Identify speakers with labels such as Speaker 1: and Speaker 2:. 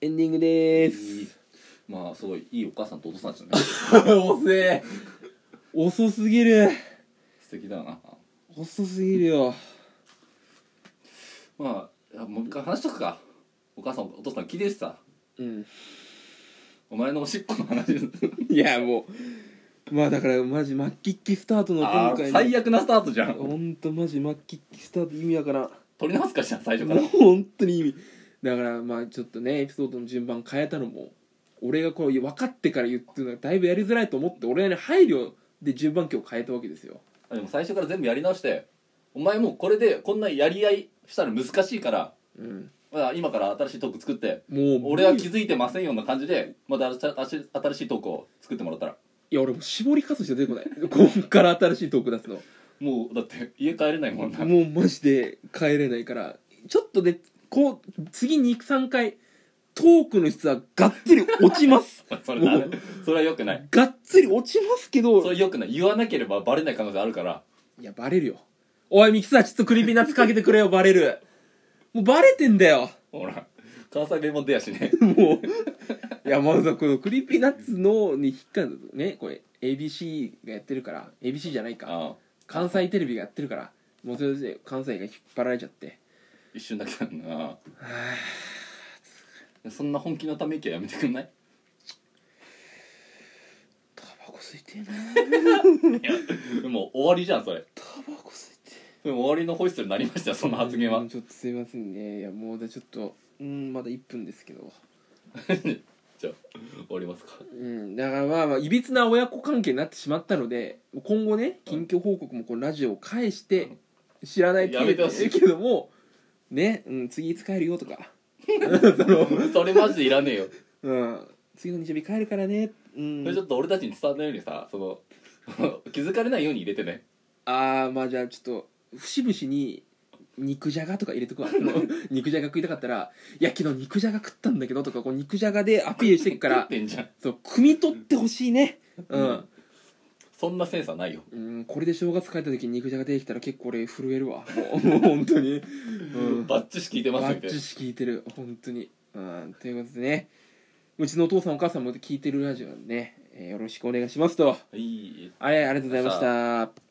Speaker 1: エンディングで
Speaker 2: いい
Speaker 1: す
Speaker 2: まあすごいいいお母さんとお父さんじゃない
Speaker 1: 遅え遅すぎる
Speaker 2: 素敵だな
Speaker 1: 遅すぎるよ
Speaker 2: まあもう一回話しとくかお母さんお父さん聞いてるしさ
Speaker 1: うん
Speaker 2: お前のおしっこの 話
Speaker 1: いやもうまあだからマジ末期っきスタートの
Speaker 2: あ
Speaker 1: 今
Speaker 2: ー
Speaker 1: 回
Speaker 2: 最悪なスタートじゃん
Speaker 1: ほんとマジ末期っきスタート意味わからん
Speaker 2: 取り直すかしら最初か
Speaker 1: も う
Speaker 2: ら
Speaker 1: 本当に意味だからまあちょっとねエピソードの順番変えたのも俺がこう分かってから言うっていうのはだいぶやりづらいと思って俺に配慮で順番機を変えたわけですよ
Speaker 2: あでも最初から全部やり直してお前もうこれでこんなやり合いしたら難しいから、
Speaker 1: うん
Speaker 2: まあ、今から新しいトーク作って
Speaker 1: もう
Speaker 2: 俺は気
Speaker 1: い
Speaker 2: づいてませんような感じでまた新し新しいトークを作ってもらったら
Speaker 1: や俺もう絞りかすしか出てこない こっから新しいトーク出すの
Speaker 2: もうだって家帰れないもんな
Speaker 1: もうマジで帰れないからちょっとでこう次23回トークの質はがっつり落ちます
Speaker 2: それダメそれはよくない
Speaker 1: がっつり落ちますけど
Speaker 2: それよくない言わなければバレない可能性あるから
Speaker 1: いや、バレるよ。おい、ミキサー、ちょっとクリーピーナッツかけてくれよ、バレる。もうバレてんだよ。
Speaker 2: ほら関西弁も出や しね
Speaker 1: もう。いや、まずはこのクリーピーナッツのに引っかかるね、これ、ABC がやってるから、ABC じゃないか。
Speaker 2: ああ
Speaker 1: 関西テレビがやってるから、もうそれで関西が引っ張られちゃって。
Speaker 2: 一瞬だけなんだなそんな本気のため息はやめてくんない
Speaker 1: タバコ吸いてえな
Speaker 2: もう終わりじゃんそれ
Speaker 1: タバコ吸いて
Speaker 2: でも終わりのホイッスルになりましたよその発言は
Speaker 1: ちょっとすいませんね。いや、もうでちょっと、うん、まだ1分ですけど。
Speaker 2: じゃあ終わりますか
Speaker 1: うん、だからまあまあいびつな親子関係になってしまったので今後ね近況報告もこのラジオを介して知らない
Speaker 2: やめてほしい
Speaker 1: けれどもね、うん、次いつ帰るよとか、
Speaker 2: それマジでいらねえよ
Speaker 1: うん、次の日曜日帰るからね、う
Speaker 2: そ
Speaker 1: ん
Speaker 2: れち、ょっと俺たちに伝わらないようにさその 気づかれないように入れてね
Speaker 1: ああまあじゃあちょっと節々に肉じゃがとか入れとくわその 肉じゃが食いたかったら「いや昨日肉じゃが食ったんだけど」とかこう肉じゃがでアピールしていくか
Speaker 2: 食っ
Speaker 1: ら
Speaker 2: てんじゃん
Speaker 1: そう汲み取ってほしいねうん
Speaker 2: そんなセンサーないよ
Speaker 1: うんこれで正月帰った時に肉じゃが出てきたら結構俺震える わもうもう本当に、うん、バ
Speaker 2: バッチシ聞いてますっ
Speaker 1: ッ
Speaker 2: て
Speaker 1: チし聞いてる本当にうんということでねうちのお父さんお母さんも聞いてるラジオなんでね、えーよろしくお願いしますと
Speaker 2: いい
Speaker 1: あれありがとうございました